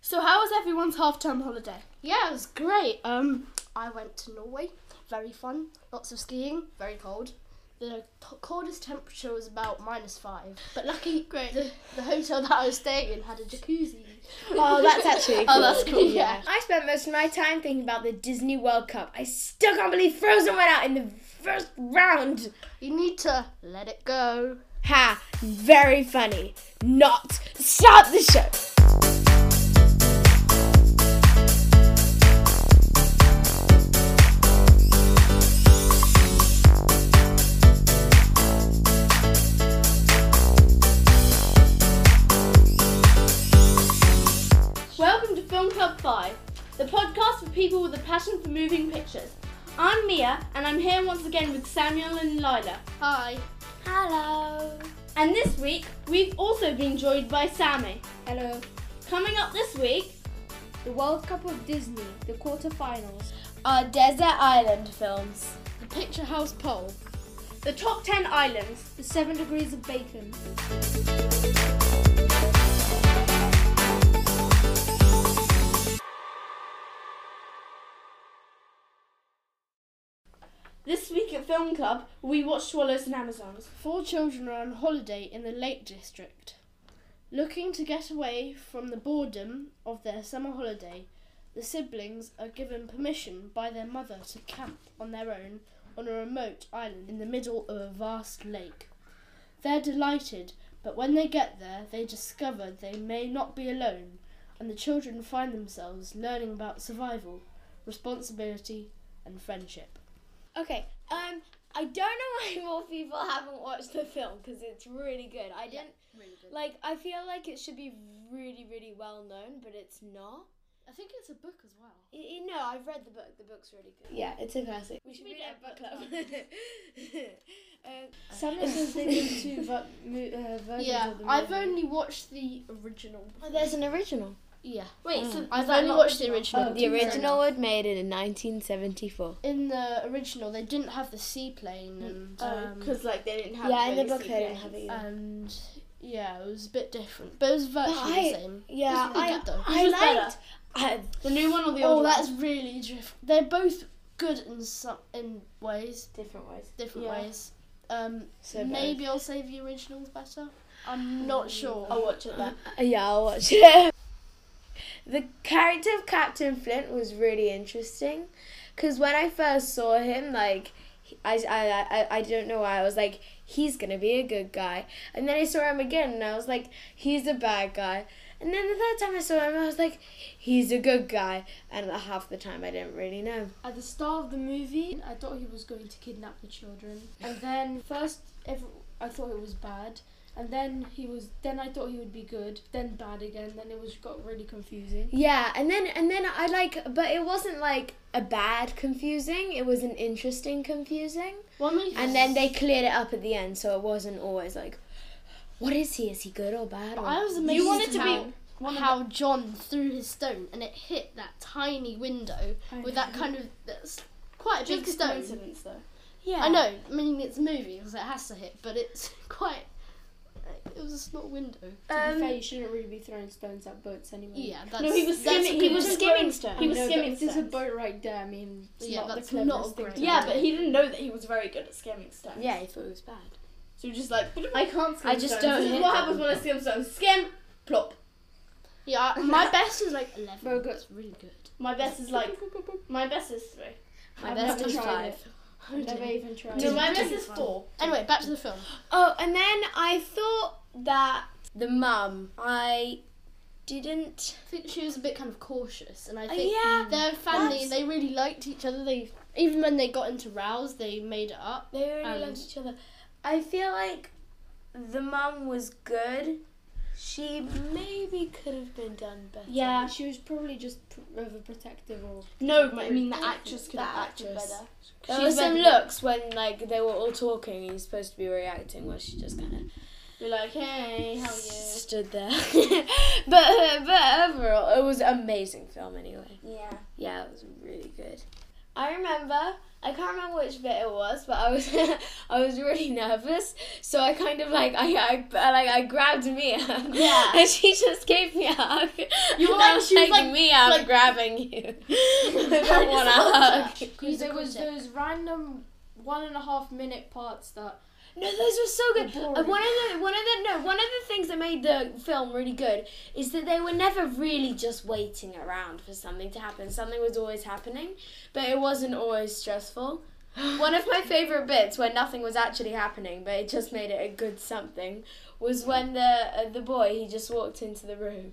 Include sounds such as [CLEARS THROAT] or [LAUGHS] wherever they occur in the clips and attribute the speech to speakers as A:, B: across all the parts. A: So how was everyone's half term holiday?
B: Yeah, it was great. Um, I went to Norway. Very fun. Lots of skiing. Very cold. The t- coldest temperature was about minus five. But lucky,
A: Great.
B: The, the hotel that I was staying in had a jacuzzi.
C: Oh, that's actually.
B: Oh, that's cool. [LAUGHS] Yeah.
D: [LAUGHS] I spent most of my time thinking about the Disney World Cup. I still can't believe Frozen went out in the first round.
B: You need to let it go.
D: Ha! Very funny. Not start the show.
A: Welcome to Film Club 5, the podcast for people with a passion for moving pictures. I'm Mia, and I'm here once again with Samuel and Lila.
B: Hi.
D: Hello.
A: And this week, we've also been joined by Sammy.
D: Hello.
A: Coming up this week,
D: The World Cup of Disney, the quarterfinals. Our desert island films.
B: The picture house poll.
A: the top 10 islands.
D: The Seven Degrees of Bacon.
A: This week at Film Club, we watched Swallows and Amazons.
B: Four children are on holiday in the Lake District, looking to get away from the boredom of their summer holiday. The siblings are given permission by their mother to camp on their own on a remote island in the middle of a vast lake. They're delighted, but when they get there, they discover they may not be alone, and the children find themselves learning about survival, responsibility, and friendship.
D: Okay. Um, I don't know [LAUGHS] why more people haven't watched the film because it's really good. I didn't like. I feel like it should be really, really well known, but it's not.
B: I think it's a book as well.
D: Y- y- no, I've read the book. The book's really good.
C: Yeah, it's a classic.
D: We should
A: We
D: read it
A: did
D: at book club. [LAUGHS] um,
C: Some of them they
D: [LAUGHS]
C: did two ver- mo- uh, versions
B: Yeah,
C: of the
B: I've
C: movie.
B: only watched the original.
D: oh, there's an original.
B: Yeah,
A: Wait, so
B: I've only watched the original.
C: Oh, the
D: original was made in 1974.
B: In the original, they didn't have the seaplane
C: Mm,
B: and
C: Oh,
B: um,
C: uh,
A: Because, like, they didn't have
D: Yeah, in the
A: many
D: book they didn't have
A: sequels.
D: it. Either.
B: and yeah, it was a bit different, but it was virtually
D: I-
B: the same.
D: yeah,
B: It's really
D: I,
B: good though.
D: I
A: Which was
D: liked. I,
A: The new one or the
B: Oh,
A: old
B: that's really different. They're both good in some in ways,
C: different ways.
B: different
A: Yeah.
B: ways. Um,
C: So
B: maybe I'll say the original's better. I'm not sure.
A: one? I'll watch it then.
C: Uh, Yeah, I'll watch it. [LAUGHS] The character of Captain Flint was really interesting because when I first saw him, like, he- I, I, I, I don't know why, I was like, he's gonna be a good guy. And then I saw him again and I was like, he's a bad guy. And then the third time I saw him, I was like, he's a good guy. And half the time I didn't really know.
E: At the start of the movie, I thought he was going to kidnap the children, and then first, every, I thought it was bad, and then he was. Then I thought he would be good, then bad again. Then it was got really confusing.
C: Yeah, and then and then I like, but it wasn't like a bad confusing. It was an interesting confusing.
B: One reason-
C: And then they cleared it up at the end, so it wasn't always like, what is he? Is he good or bad? Or...
B: I was amazed
A: wanted to be
B: how, how John threw his stone and it hit that tiny window with that kind of that's quite a big
A: Just a
B: stone.
A: coincidence, though.
C: yeah.
B: I know. I mean, it's a movie because it has to hit, but it's [LAUGHS] quite. It was a small window.
C: Um,
E: To
A: Um,
E: be fair, you shouldn't really be throwing stones at boats anyway.
B: Yeah, that's.
A: No, he was
B: that's
A: skimming. He
B: good.
A: was skimming stones. He was skimming
E: There's a
A: stones.
E: boat right there. I mean, it's
B: Yeah,
E: not
B: that's
E: the cleverest
B: not
E: thing
B: great.
E: to
A: Yeah,
E: do.
A: but he didn't know that he was very good at skimming stones.
C: Yeah, he thought it was bad.
A: So he just like
E: I can't.
C: I just
A: stones.
C: don't.
A: What happens when I skim stones? Skim, plop.
B: Yeah, I-
A: [LAUGHS]
B: my best is like eleven.
E: Very good.
B: That's really good.
A: My best is like my best is three.
C: My
E: I've
C: best
E: never
C: is
E: tried
C: five.
E: it. I've never even tried.
A: No,
E: it.
A: my best is four.
B: Anyway, back to the film.
C: Oh, and then I thought that the mum, I didn't.
B: I think she was a bit kind of cautious, and I
A: Oh,
C: Uh,
B: think
C: yeah,
B: their family
C: that's-
B: they really liked each other. They even when they got into rows, they made it up.
C: They really
B: Um,
C: loved each other. I feel like the mum was good. She maybe could have been done better.
E: Yeah, she was probably just pr- overprotective or.
A: No, but I mean the actress could
C: The
A: have acted
C: actress.
A: better.
C: There
A: She's
C: were some
A: better.
C: looks when like they were all talking and you're supposed to be reacting, where she just kind of
A: Be like, hey, how are you?
C: stood there. [LAUGHS] but uh, but overall, it was an amazing film anyway.
D: yeah.
C: Yeah, it was really good. I remember I can't remember which bit it was, but I was [LAUGHS] I was really nervous, so I kind of like I, I I, like I grabbed Mia.
A: Yeah.
C: [LAUGHS] and she just gave me a hug.
A: You were
C: And
A: like-
C: I was
A: she was like-
C: Mia, I'm
A: like-
C: grabbing
A: [LAUGHS]
C: you. [LAUGHS] I don't want a hug.
E: Because there was those random one and a half minute parts that
C: No, those were so good.
E: They're
C: Uh,
E: boring.
C: one of the one of the no one of the things that made the film really good is that they were never really just waiting around for something to happen. Something was always happening, but it wasn't always stressful. one of my favorite bits where nothing was actually happening, but it just made it a good something, was when the uh, the boy he just walked into the room,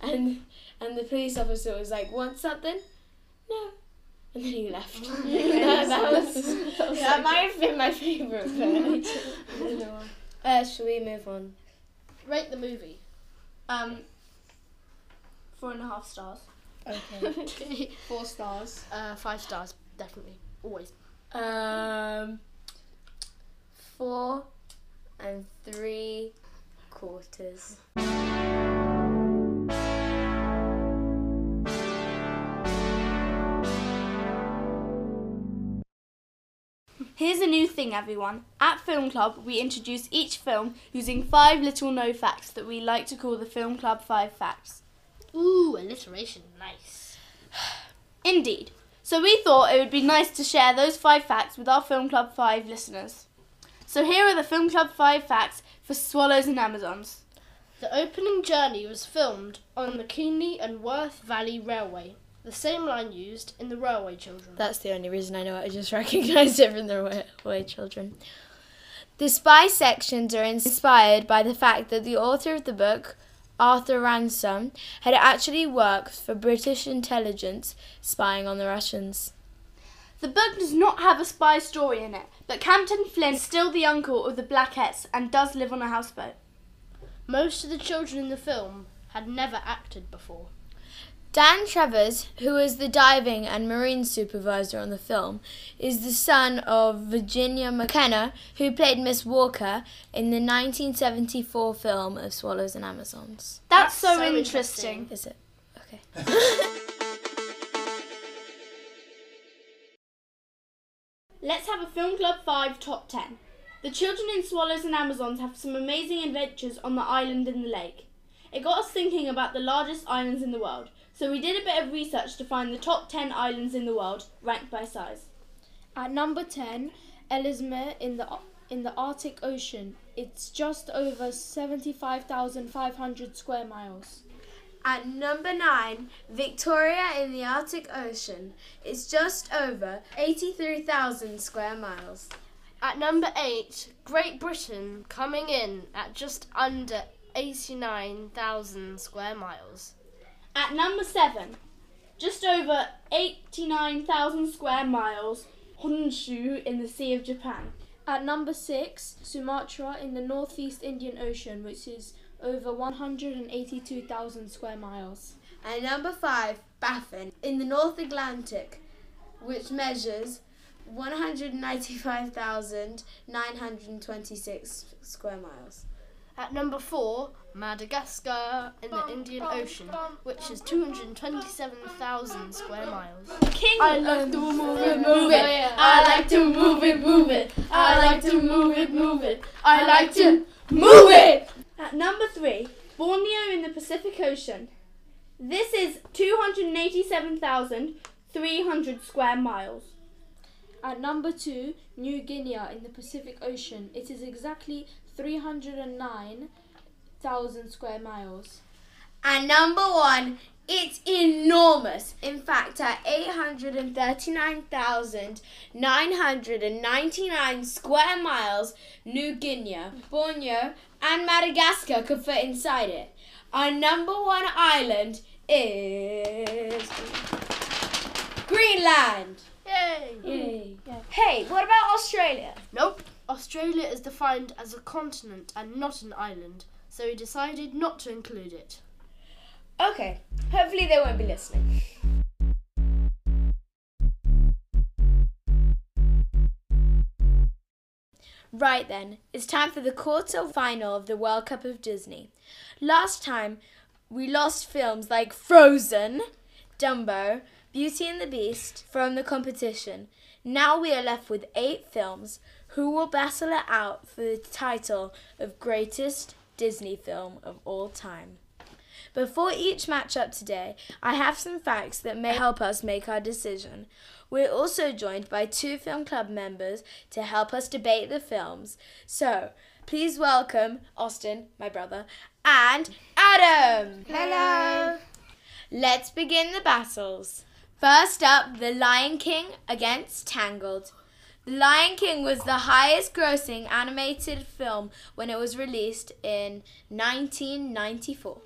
C: and and the police officer was like, "Want something?" No. And then he left. [LAUGHS] that, [LAUGHS] was, that, might have been my [LAUGHS] favourite bit. Uh, shall we move on? [LAUGHS]
B: Rate the movie.
A: Um, four and a half stars.
B: Okay. Four stars. Uh, five stars, definitely. Always.
C: Um, four and three quarters.
A: Here's a new thing, everyone. At Film Club, we introduce each film using five little no facts that we like to call the Film Club Five Facts.
B: Ooh, alliteration, nice.
A: Indeed. So we thought it would be nice to share those five facts with our Film Club 5 listeners. So here are the Film Club 5 facts for swallows and Amazons.
B: The opening journey was filmed on the Keeney and Worth Valley Railway, the same line used in The Railway Children.
C: That's the only reason I know it. I just [LAUGHS] recognised it from the Wa- Way Children. The spy sections are inspired by the fact that the author of the book, Arthur Ransom, had actually worked for British intelligence spying on the Russians.
A: The book does not have a spy story in it, but Captain Flynn is still the uncle of the Blackettes and does live on a houseboat.
B: Most of the children in the film had never acted before.
C: Dan Travers, who is the diving and marine supervisor on the film, is the son of Virginia McKenna, who played Miss Walker in the 1974 film of Swallows and Amazons.
A: That's, so,
B: so
A: interesting.
C: Is it? Okay.
A: Let's have a Film Club 5 top 10. The children in Swallows and Amazons have some amazing adventures on the island in the lake. It got us thinking about the largest islands in the world, so we did a bit of research to find the top 10 islands in the world, ranked by size.
E: at number ten, Ellesmere in the in the Arctic Ocean. It's just over seventy five thousand five hundred square miles.
C: At number nine, Victoria in the Arctic Ocean. It's just over 83,000 square miles.
B: At number eight, Great Britain coming in at just under 89,000 square miles.
A: At number 7, just over 89,000 square miles, Honshu in the Sea of Japan.
E: At number six, Sumatra in the Northeast Indian Ocean, which is over one hundred and eighty two thousand square miles.
F: And number five, Baffin, in the North Atlantic, which measures 195,926 square miles.
B: At number four, Madagascar in the Indian Ocean, which is 227,000 square miles.
A: King
E: I love the woman.
A: move it. I like to move it, move it. I like to move it, move it. I like to move it. At number three, Borneo in the Pacific Ocean. This is 287,300 square miles.
E: At number two, New Guinea in the Pacific Ocean. It is exactly 309,000 square miles.
F: And number one, it's enormous. In fact, at 839,999 square miles, New Guinea, Borneo, and Madagascar could fit inside it. Our number one island is Greenland.
B: Yay!
F: Yay. Hey, what about Australia?
B: Nope. Australia is defined as a continent and not an island, so we decided not to include it.
F: Okay, hopefully they won't be listening.
C: Right then, it's time for the quarter final of the World Cup of Disney. Last time, we lost films like Frozen, Dumbo, Beauty and the Beast from the competition. Now we are left with eight films. Who will battle it out for the title of greatest Disney film of all time? Before each matchup today, I have some facts that may help us make our decision. We're also joined by two film club members to help us debate the films. So, please welcome Austin, my brother, and Adam. Hello. Let's begin the battles. First up, The Lion King against Tangled. The Lion King was the highest grossing animated film when it was released in 1994.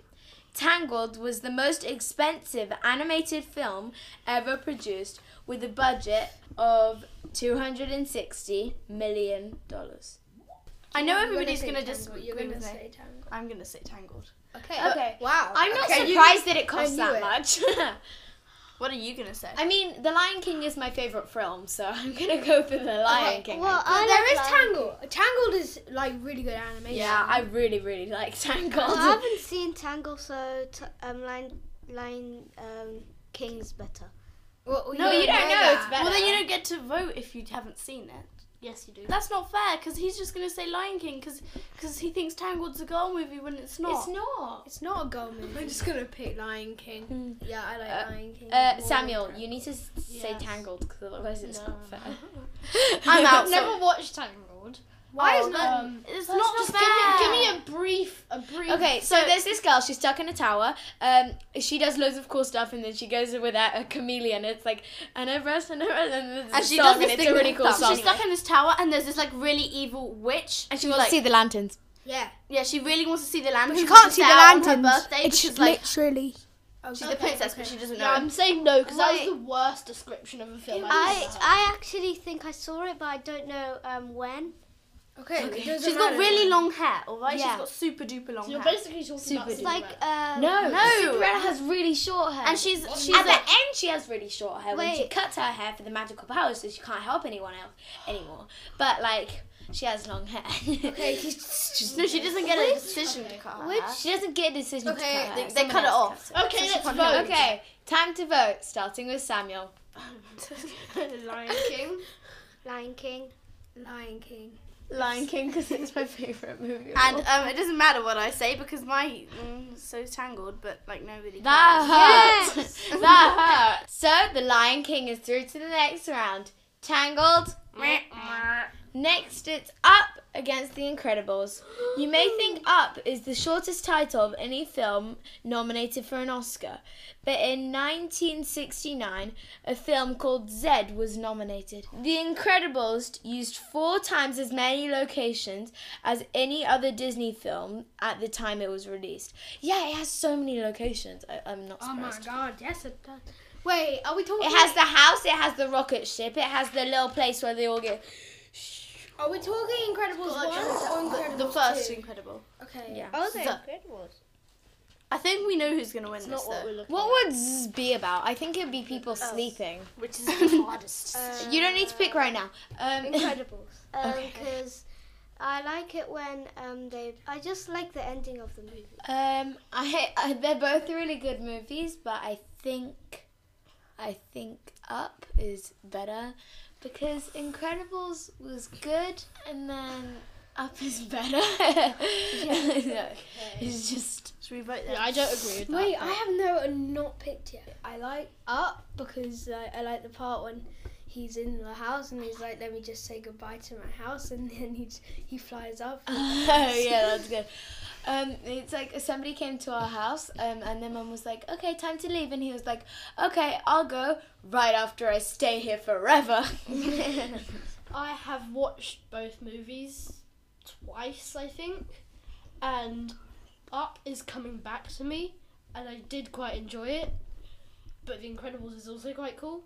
C: Tangled was the most expensive animated film ever produced with a budget of $260 million.
A: I know everybody's going to dis-
D: You're
A: agree
D: going
A: with
D: to
A: me.
D: say Tangled.
A: I'm going to say Tangled.
D: Okay.
C: Okay.
D: Wow.
A: I'm not
C: Okay,
A: surprised.
C: Uh, surprised that it costs
D: I
C: that
D: knew
C: much.
A: What are you going to say?
C: I mean, The Lion King is my favorite film, so [LAUGHS] I'm gonna go for The Lion
B: Uh-huh.
C: King.
D: Well,
C: I
D: I
C: think.
D: there is Tangled. Tangled is like really good animation.
C: yeah, I really, really like Tangled.
G: I
C: [LAUGHS]
G: haven't seen Tangle, so t- um, Lion, Lion um, King's better.
D: Well,
A: no, you don't know. It's
D: that.
A: better. Well, then you don't get to vote if you haven't seen it.
G: Yes, you do.
A: That's not fair because he's just going to say Lion King because he thinks Tangled's a girl movie when it's not.
D: It's not. It's not a girl movie. [LAUGHS] I'm just gonna pick Lion King. Yeah, I like
C: Uh,
D: Lion King.
C: Uh,
D: more
C: Samuel,
D: than
C: you need to s- say
E: Yes.
C: Tangled because otherwise it's not fair. [LAUGHS]
A: I'm out.
B: I've never watched Tangled.
A: Why is that?
B: Um,
A: it's not
B: just
A: fair.
B: give me, give me a brief, a brief.
A: [LAUGHS]
C: Okay, so there's this girl. She's stuck in a tower. Um, she does loads of cool stuff, and then she goes with a, a chameleon. It's like and a breast and a breast, and, there's
A: And
C: a
A: she
C: song,
A: does
C: and
A: this
C: it's
A: thing
C: a
A: with
C: really
A: her
C: cool
A: thumb.
C: song.
A: She's stuck in this tower, and there's this like really evil witch,
C: and she
A: who's
C: wants
A: like,
C: to see the lanterns.
D: Yeah.
A: yeah, she really wants to see the
C: "Oh
A: lantern.
D: she
A: because
D: can't
A: it's
D: see the
A: her
D: lantern.
A: birthday, but she's like,
G: literally.
A: she's a princess, but she doesn't know.
B: Yeah, I'm saying no because that was
G: Wait.
B: the worst description of a film.
G: I I actually think I saw it, but I don't know um, when.
D: Okay. okay.
A: she's got really long hair, alright?
G: Yeah.
A: She's got super duper long
B: So you're
A: hair.
B: basically talking about
G: It's
B: Cinderella.
G: like uh,
C: No,
A: No.
C: Cinderella has really short hair.
A: And she's she's
C: at the
A: like,
C: end, she has really short hair when she
G: Wait.
C: cuts her hair for the magical powers, so she can't help anyone else anymore. But like, she has long hair. [LAUGHS]
D: Okay. He's
A: no, she doesn't get a decision to cut her
C: Which
A: hair.
C: she doesn't get a decision
D: Okay,
C: to cut.
A: they-
C: her.
A: they
C: Someone
A: cut it
C: else
A: off.
C: cuts
B: okay, let's
A: upon
B: vote.
C: Okay, time to vote. Starting with Samuel.
A: [LAUGHS]
B: Lion King.
G: Lion King.
D: Lion King.
A: Lion King because it's my [LAUGHS] favorite movie. And um, it doesn't matter what I say because my mm, so tangled, but like nobody.
C: That hurt. that hurt. [LAUGHS] So the Lion King is through to the next round. Tangled. Next, it's Up against The Incredibles. You may think Up is the shortest title of any film nominated for an Oscar, but in 1969, a film called Zed was nominated. The Incredibles used four times as many locations as any other Disney film at the time it was released. Yeah, it has so many locations. I, I'm not surprised.
D: god, yes it does. Wait, are we talking?
C: It has the house, it has the rocket ship, it has the little place where they all get.
D: Are we talking Incredibles one Um, or Incredibles
A: The first
D: two?
A: Incredible.
D: Okay.
C: Yeah.
G: Oh, the
A: So-
G: Incredibles.
A: I think we know who's gonna win this
B: Not what we're
A: though,
B: looking.
C: What would Zzz be about? I think it'd be people sleeping.
A: which is the hardest.
C: You don't need to pick right now. Um,
G: Incredibles. Because I like it when um, they. I just like the ending of the movie.
C: [LAUGHS] um, I, I they're both really good movies, but I think I think Up is better because Incredibles was good, and then Up is better. [LAUGHS] No, It's just
A: Should we vote then?
B: Yeah, I don't agree with that.
D: Wait, I have
G: uh,
D: no not picked yet. I like Up because like, I like the part when he's in the house and he's like, "Let me just say goodbye to my house," [LAUGHS] and then he j- he flies
G: [LAUGHS]
D: up.
C: Oh [LAUGHS] yeah, that's good. Um, it's like somebody came to our house, um, and their mum was like, "Okay, time to leave," and he was like, "Okay, I'll go right after I stay here
G: [LAUGHS]
C: forever."
B: I have watched both movies twice, I think, and Up is coming back to me, and I did quite enjoy it. But The Incredibles is also quite cool.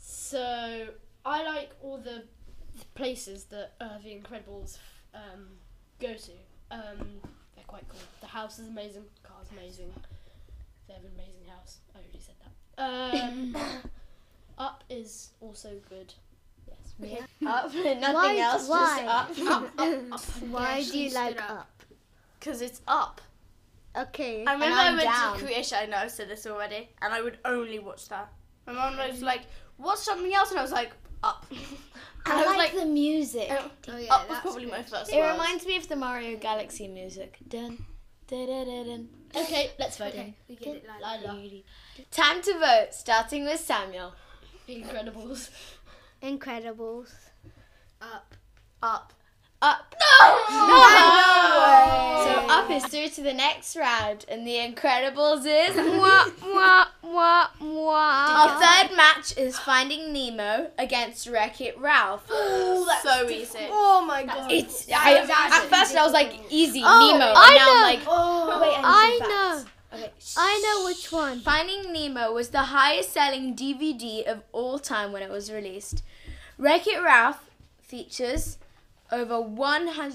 B: So I like all the, the places that uh, The Incredibles um, go to. Um, they're quite cool. The house is amazing. Car's amazing. They have an amazing house. I already said that. Um, [COUGHS] Up is also good. Yes.
A: [LAUGHS]
C: up, nothing
G: Why-
C: else,
G: why?
C: [LAUGHS] just up.
G: [LAUGHS] Why do you like Up?
A: Because it's up.
G: Okay.
H: I remember
G: And
H: I
G: I'm
H: went
G: down.
H: to Croatia, I know I've said this already, and I would only watch that. My mum was like, watch something else, and I was like, up. And
G: I, like, the music.
H: and
G: Oh,
H: up was probably my first
C: It
H: word.
C: reminds me of the Mario Galaxy music. Dun, dun, dun, dun, dun. Okay, let's vote.
H: We get it like
C: Time to vote, starting with Samuel.
B: Incredibles.
D: [LAUGHS]
G: Incredibles.
H: up.
C: Up.
G: [LAUGHS]
H: No!
C: So up is through to the next round, and the Incredibles is [LAUGHS] mwah, mwah, mwah, mwah.
G: Ah.
C: Our third match is Finding Nemo against Wreck It Ralph.
H: so easy. Oh my god.
C: [GASPS] It's I, at first I was like easy Nemo,
G: Oh, I
C: and now I'm like
G: know. Wait,
A: [LAUGHS]
G: I know. I know which one.
C: Finding Nemo was the highest selling DVD of all time when it was released. Wreck It Ralph features over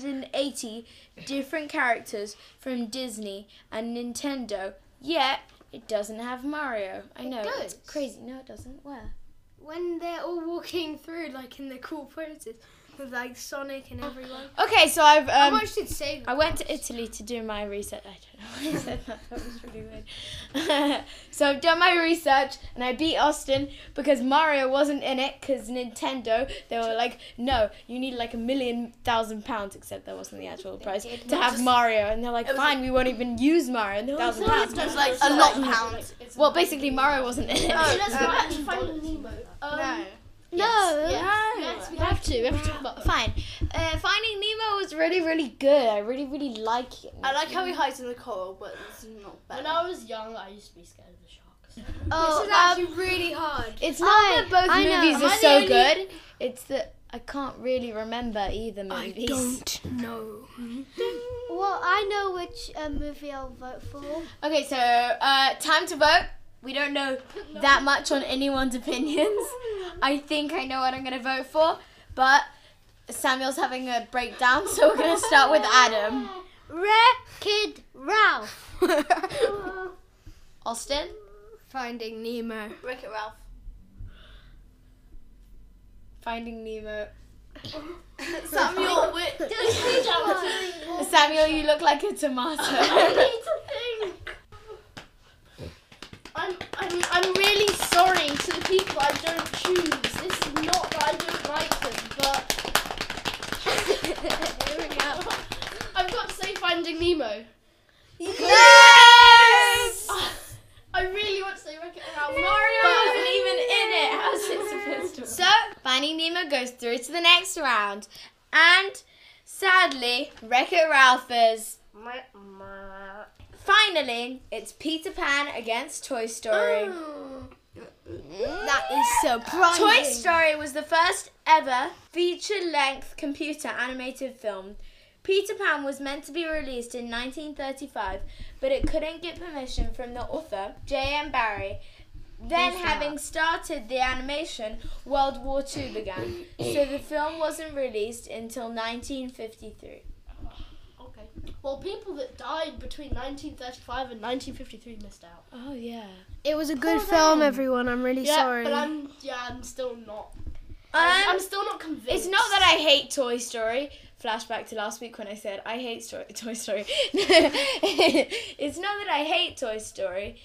C: 180 different characters from Disney and Nintendo, yet it doesn't have Mario. I know, it's
G: does.
C: crazy. No, it doesn't. Where?
G: When they're all walking through, like in the cool poses with like Sonic and everyone.
C: Okay, so I've.
G: I
C: Um,
G: watched it save.
C: I went to Italy to do my research. [LAUGHS] I don't know why I said that. That was really weird. [LAUGHS] so I've done my research and I beat Austin because Mario wasn't in it because Nintendo, they were like, no, you need like a million thousand pounds, except that wasn't the actual price, to have Mario. And they're like,
H: was
C: fine, we won't even use Mario. and thousand pounds.
H: There's like a lot Um, of pounds.
C: Well, basically, Mario
E: [LAUGHS]
C: wasn't in it. Uh,
H: let's go back
E: to Finding Nemo. Um,
H: No.
C: no.
E: Yes, we
C: We have to. We have to talk
E: Um,
C: about Fine. Uh, Finding Nemo was really, really good. I really, really like it.
H: I like how he hides in the coral, but it's not bad.
B: When I was young, I used to be scared of the sharks.
G: Oh,
H: this is actually [LAUGHS] really hard.
C: It's not that um, both
G: I know.
C: movies
G: Am
C: are
G: I the
C: so
G: only-
C: good. It's that I can't really remember either movies.
G: Well, I know which uh, movie I'll vote
D: [LAUGHS]
G: for.
C: Okay, so uh, time to vote. We don't know that much on anyone's opinions. I think I know what I'm going to vote for, but Samuel's having a breakdown, so we're going to start with Adam.
G: Kid Ralph.
C: [LAUGHS] Austin?
G: Finding Nemo.
H: Wreck It [LAUGHS] Ralph.
C: Finding Nemo.
H: Samuel, which.
A: [LAUGHS]
C: Samuel, you look like a tomato. [LAUGHS]
E: I'm, I'm, I'm really sorry to the people I don't choose. This is not that I don't like them, but [LAUGHS] I've got to say Finding Nemo.
C: yes!
E: I really want to say Wreck-It Ralph.
C: Oh, wasn't even in it. How's it supposed to So, Finding Nemo goes through to the next round. And sadly, Wreck It Ralph is. Finally, it's Peter Pan against Toy Story.
H: Oh. That is so proud.
C: Toy Story was the first ever feature length computer animated film. Peter Pan was meant to be released in 1935, but it couldn't get permission from the author, J.M. Barrie. Then, having started the animation, World War II began, so the film wasn't released until 1953.
B: Okay. Well, people that died between 1935 and 1953 missed out.
C: Oh, yeah.
G: It was a good film, everyone. I'm really
B: yeah,
G: sorry.
B: but I'm yeah, I'm still not. I'm
C: Um,
B: still not convinced.
C: it's not that I hate Toy Story. Flashback to last week when I said I hate story, [LAUGHS] Toy Story. it's not that I hate Toy Story.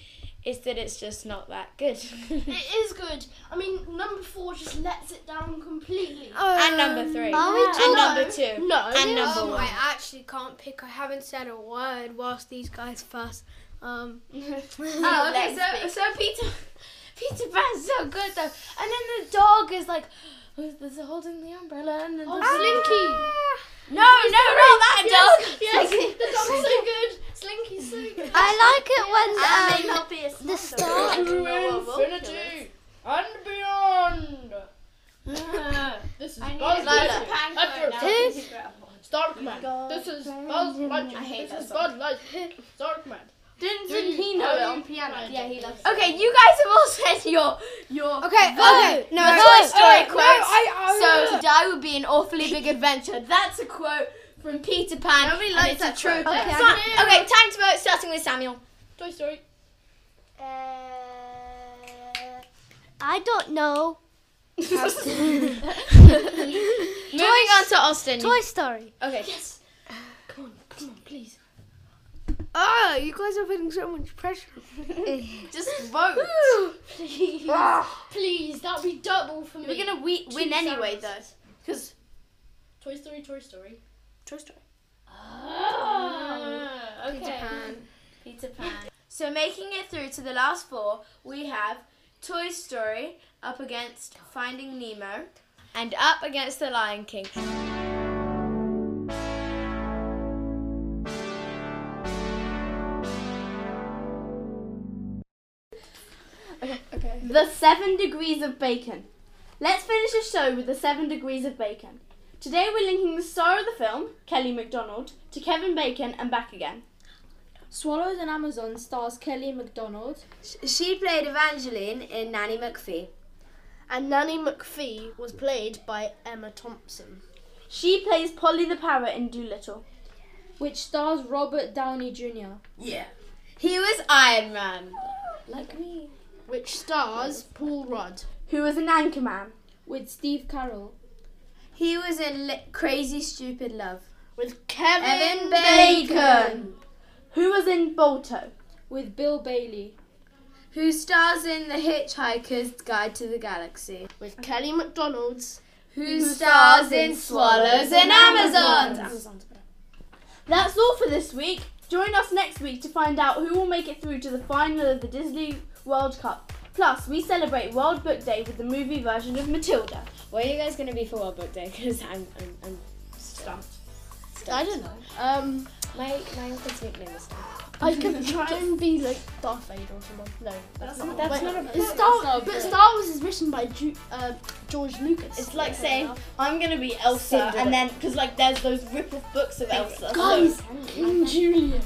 C: It's that it's just not that good. [LAUGHS]
E: It is good. I mean, number four just lets it down completely.
C: and number three.
G: Are we
C: and
G: talking?
C: number two.
E: No.
C: And number
D: Um,
C: one.
D: I actually can't pick. I haven't said a word whilst these guys fuss. Um,
C: Oh, okay. So, so Peter, Peter Pan's so good though. And then the dog is like, oh, there's a holding the umbrella and then
B: Oh,
C: the
E: Slinky.
C: No, no, not that dog.
B: [LAUGHS]
E: Yes, the dog's so good.
C: [LAUGHS]
E: Slinky's so good.
G: I like it when
H: And
G: um,
H: be a
G: the star.
B: infinity and
C: [LAUGHS]
B: beyond. this is
H: I need
B: Buzz
H: a Peter
B: Lightyear.
H: Pan
B: After
H: quote
B: a
H: now.
B: Peter Pan. Starkman. This is Buzz
C: I
B: Lightyear.
C: hate that
B: This is Buzz Lightyear. Starkman.
H: Didn't, didn't he know it on piano?
B: Yeah,
H: he loves
C: Okay, you guys have all [LAUGHS] said your your.
D: okay, okay.
C: No, Toy
B: Uh,
C: Story quotes. so to die would be an awfully big adventure. That's a quote from Peter Pan. Nobody likes that true. Okay. Sa- okay, time to vote. Starting with Samuel.
B: Toy Story. [CLEARS THROAT]
G: uh, I don't know.
C: Moving on to Austin.
G: Toy Story.
C: okay.
D: Oh,
G: Bro, you guys are putting so much pressure.
H: Just vote.
E: Please,
B: Ah.
E: please, that'll be double for me.
H: We're gonna we- win anyway, though. Because
E: Toy Story, Toy Story.
H: Toy Story.
E: Oh,
B: Ah,
E: okay.
H: Peter Pan. So making it through to the last four, we have Toy Story up against Finding Nemo.
C: And up against the Lion King.
A: The Seven Degrees of Bacon. Let's finish the show with the Seven Degrees of Bacon. Today we're linking the star of the film, Kelly MacDonald, to Kevin Bacon and back again.
E: Swallowed and Amazon stars Kelly MacDonald.
D: She played Evangeline in Nanny McPhee.
B: And Nanny McPhee was played by Emma Thompson.
A: She plays Polly the Parrot in Doolittle.
E: which stars Robert Downey Jr.
D: He was Iron Man.
B: Which stars Paul Rudd.
A: Who is an anchorman?
E: with Steve Carroll.
D: He was in Li- Crazy Stupid Love.
B: With
D: Evan
B: Kevin.
A: Bacon. Who is in Bolto?
E: With Bill Bailey,
D: Who stars in The Hitchhiker's Guide to the Galaxy.
B: With Kelly McDonald's.
D: Who stars in Swallows and Amazons.
A: That's all for this week. Join us next week to find out who will make it through to the final of the Disney World Cup. Plus, we celebrate World Book Day with the movie version of Matilda.
D: Where are you guys going to be for World Book Day? [LAUGHS] Because I'm, I'm, I'm
B: I don't know. Um,
D: my, my uncle's nickname is
B: I could try and be like Darth Vader or someone. No, that's, not. That's not a Star.
E: not
B: but
E: a book.
B: Star Wars is written by Ju- uh, George Lucas.
A: It's like saying I'm gonna be Elsa, and then because like there's those rip-off books of Elsa.
B: guys, King Julian.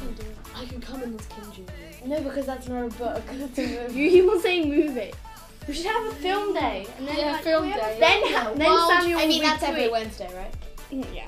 B: I can come in as King Julian.
D: No, because that's not a
B: [LAUGHS]
D: book.
A: you keep on saying movie. We should have a film day, and then
E: Yeah,
A: like,
E: film
A: we have a-
E: day.
A: Then ha- then Samuel.
D: I mean,
A: will
D: that's
A: be
D: every
A: tweet-
D: Wednesday, right?
A: Yeah.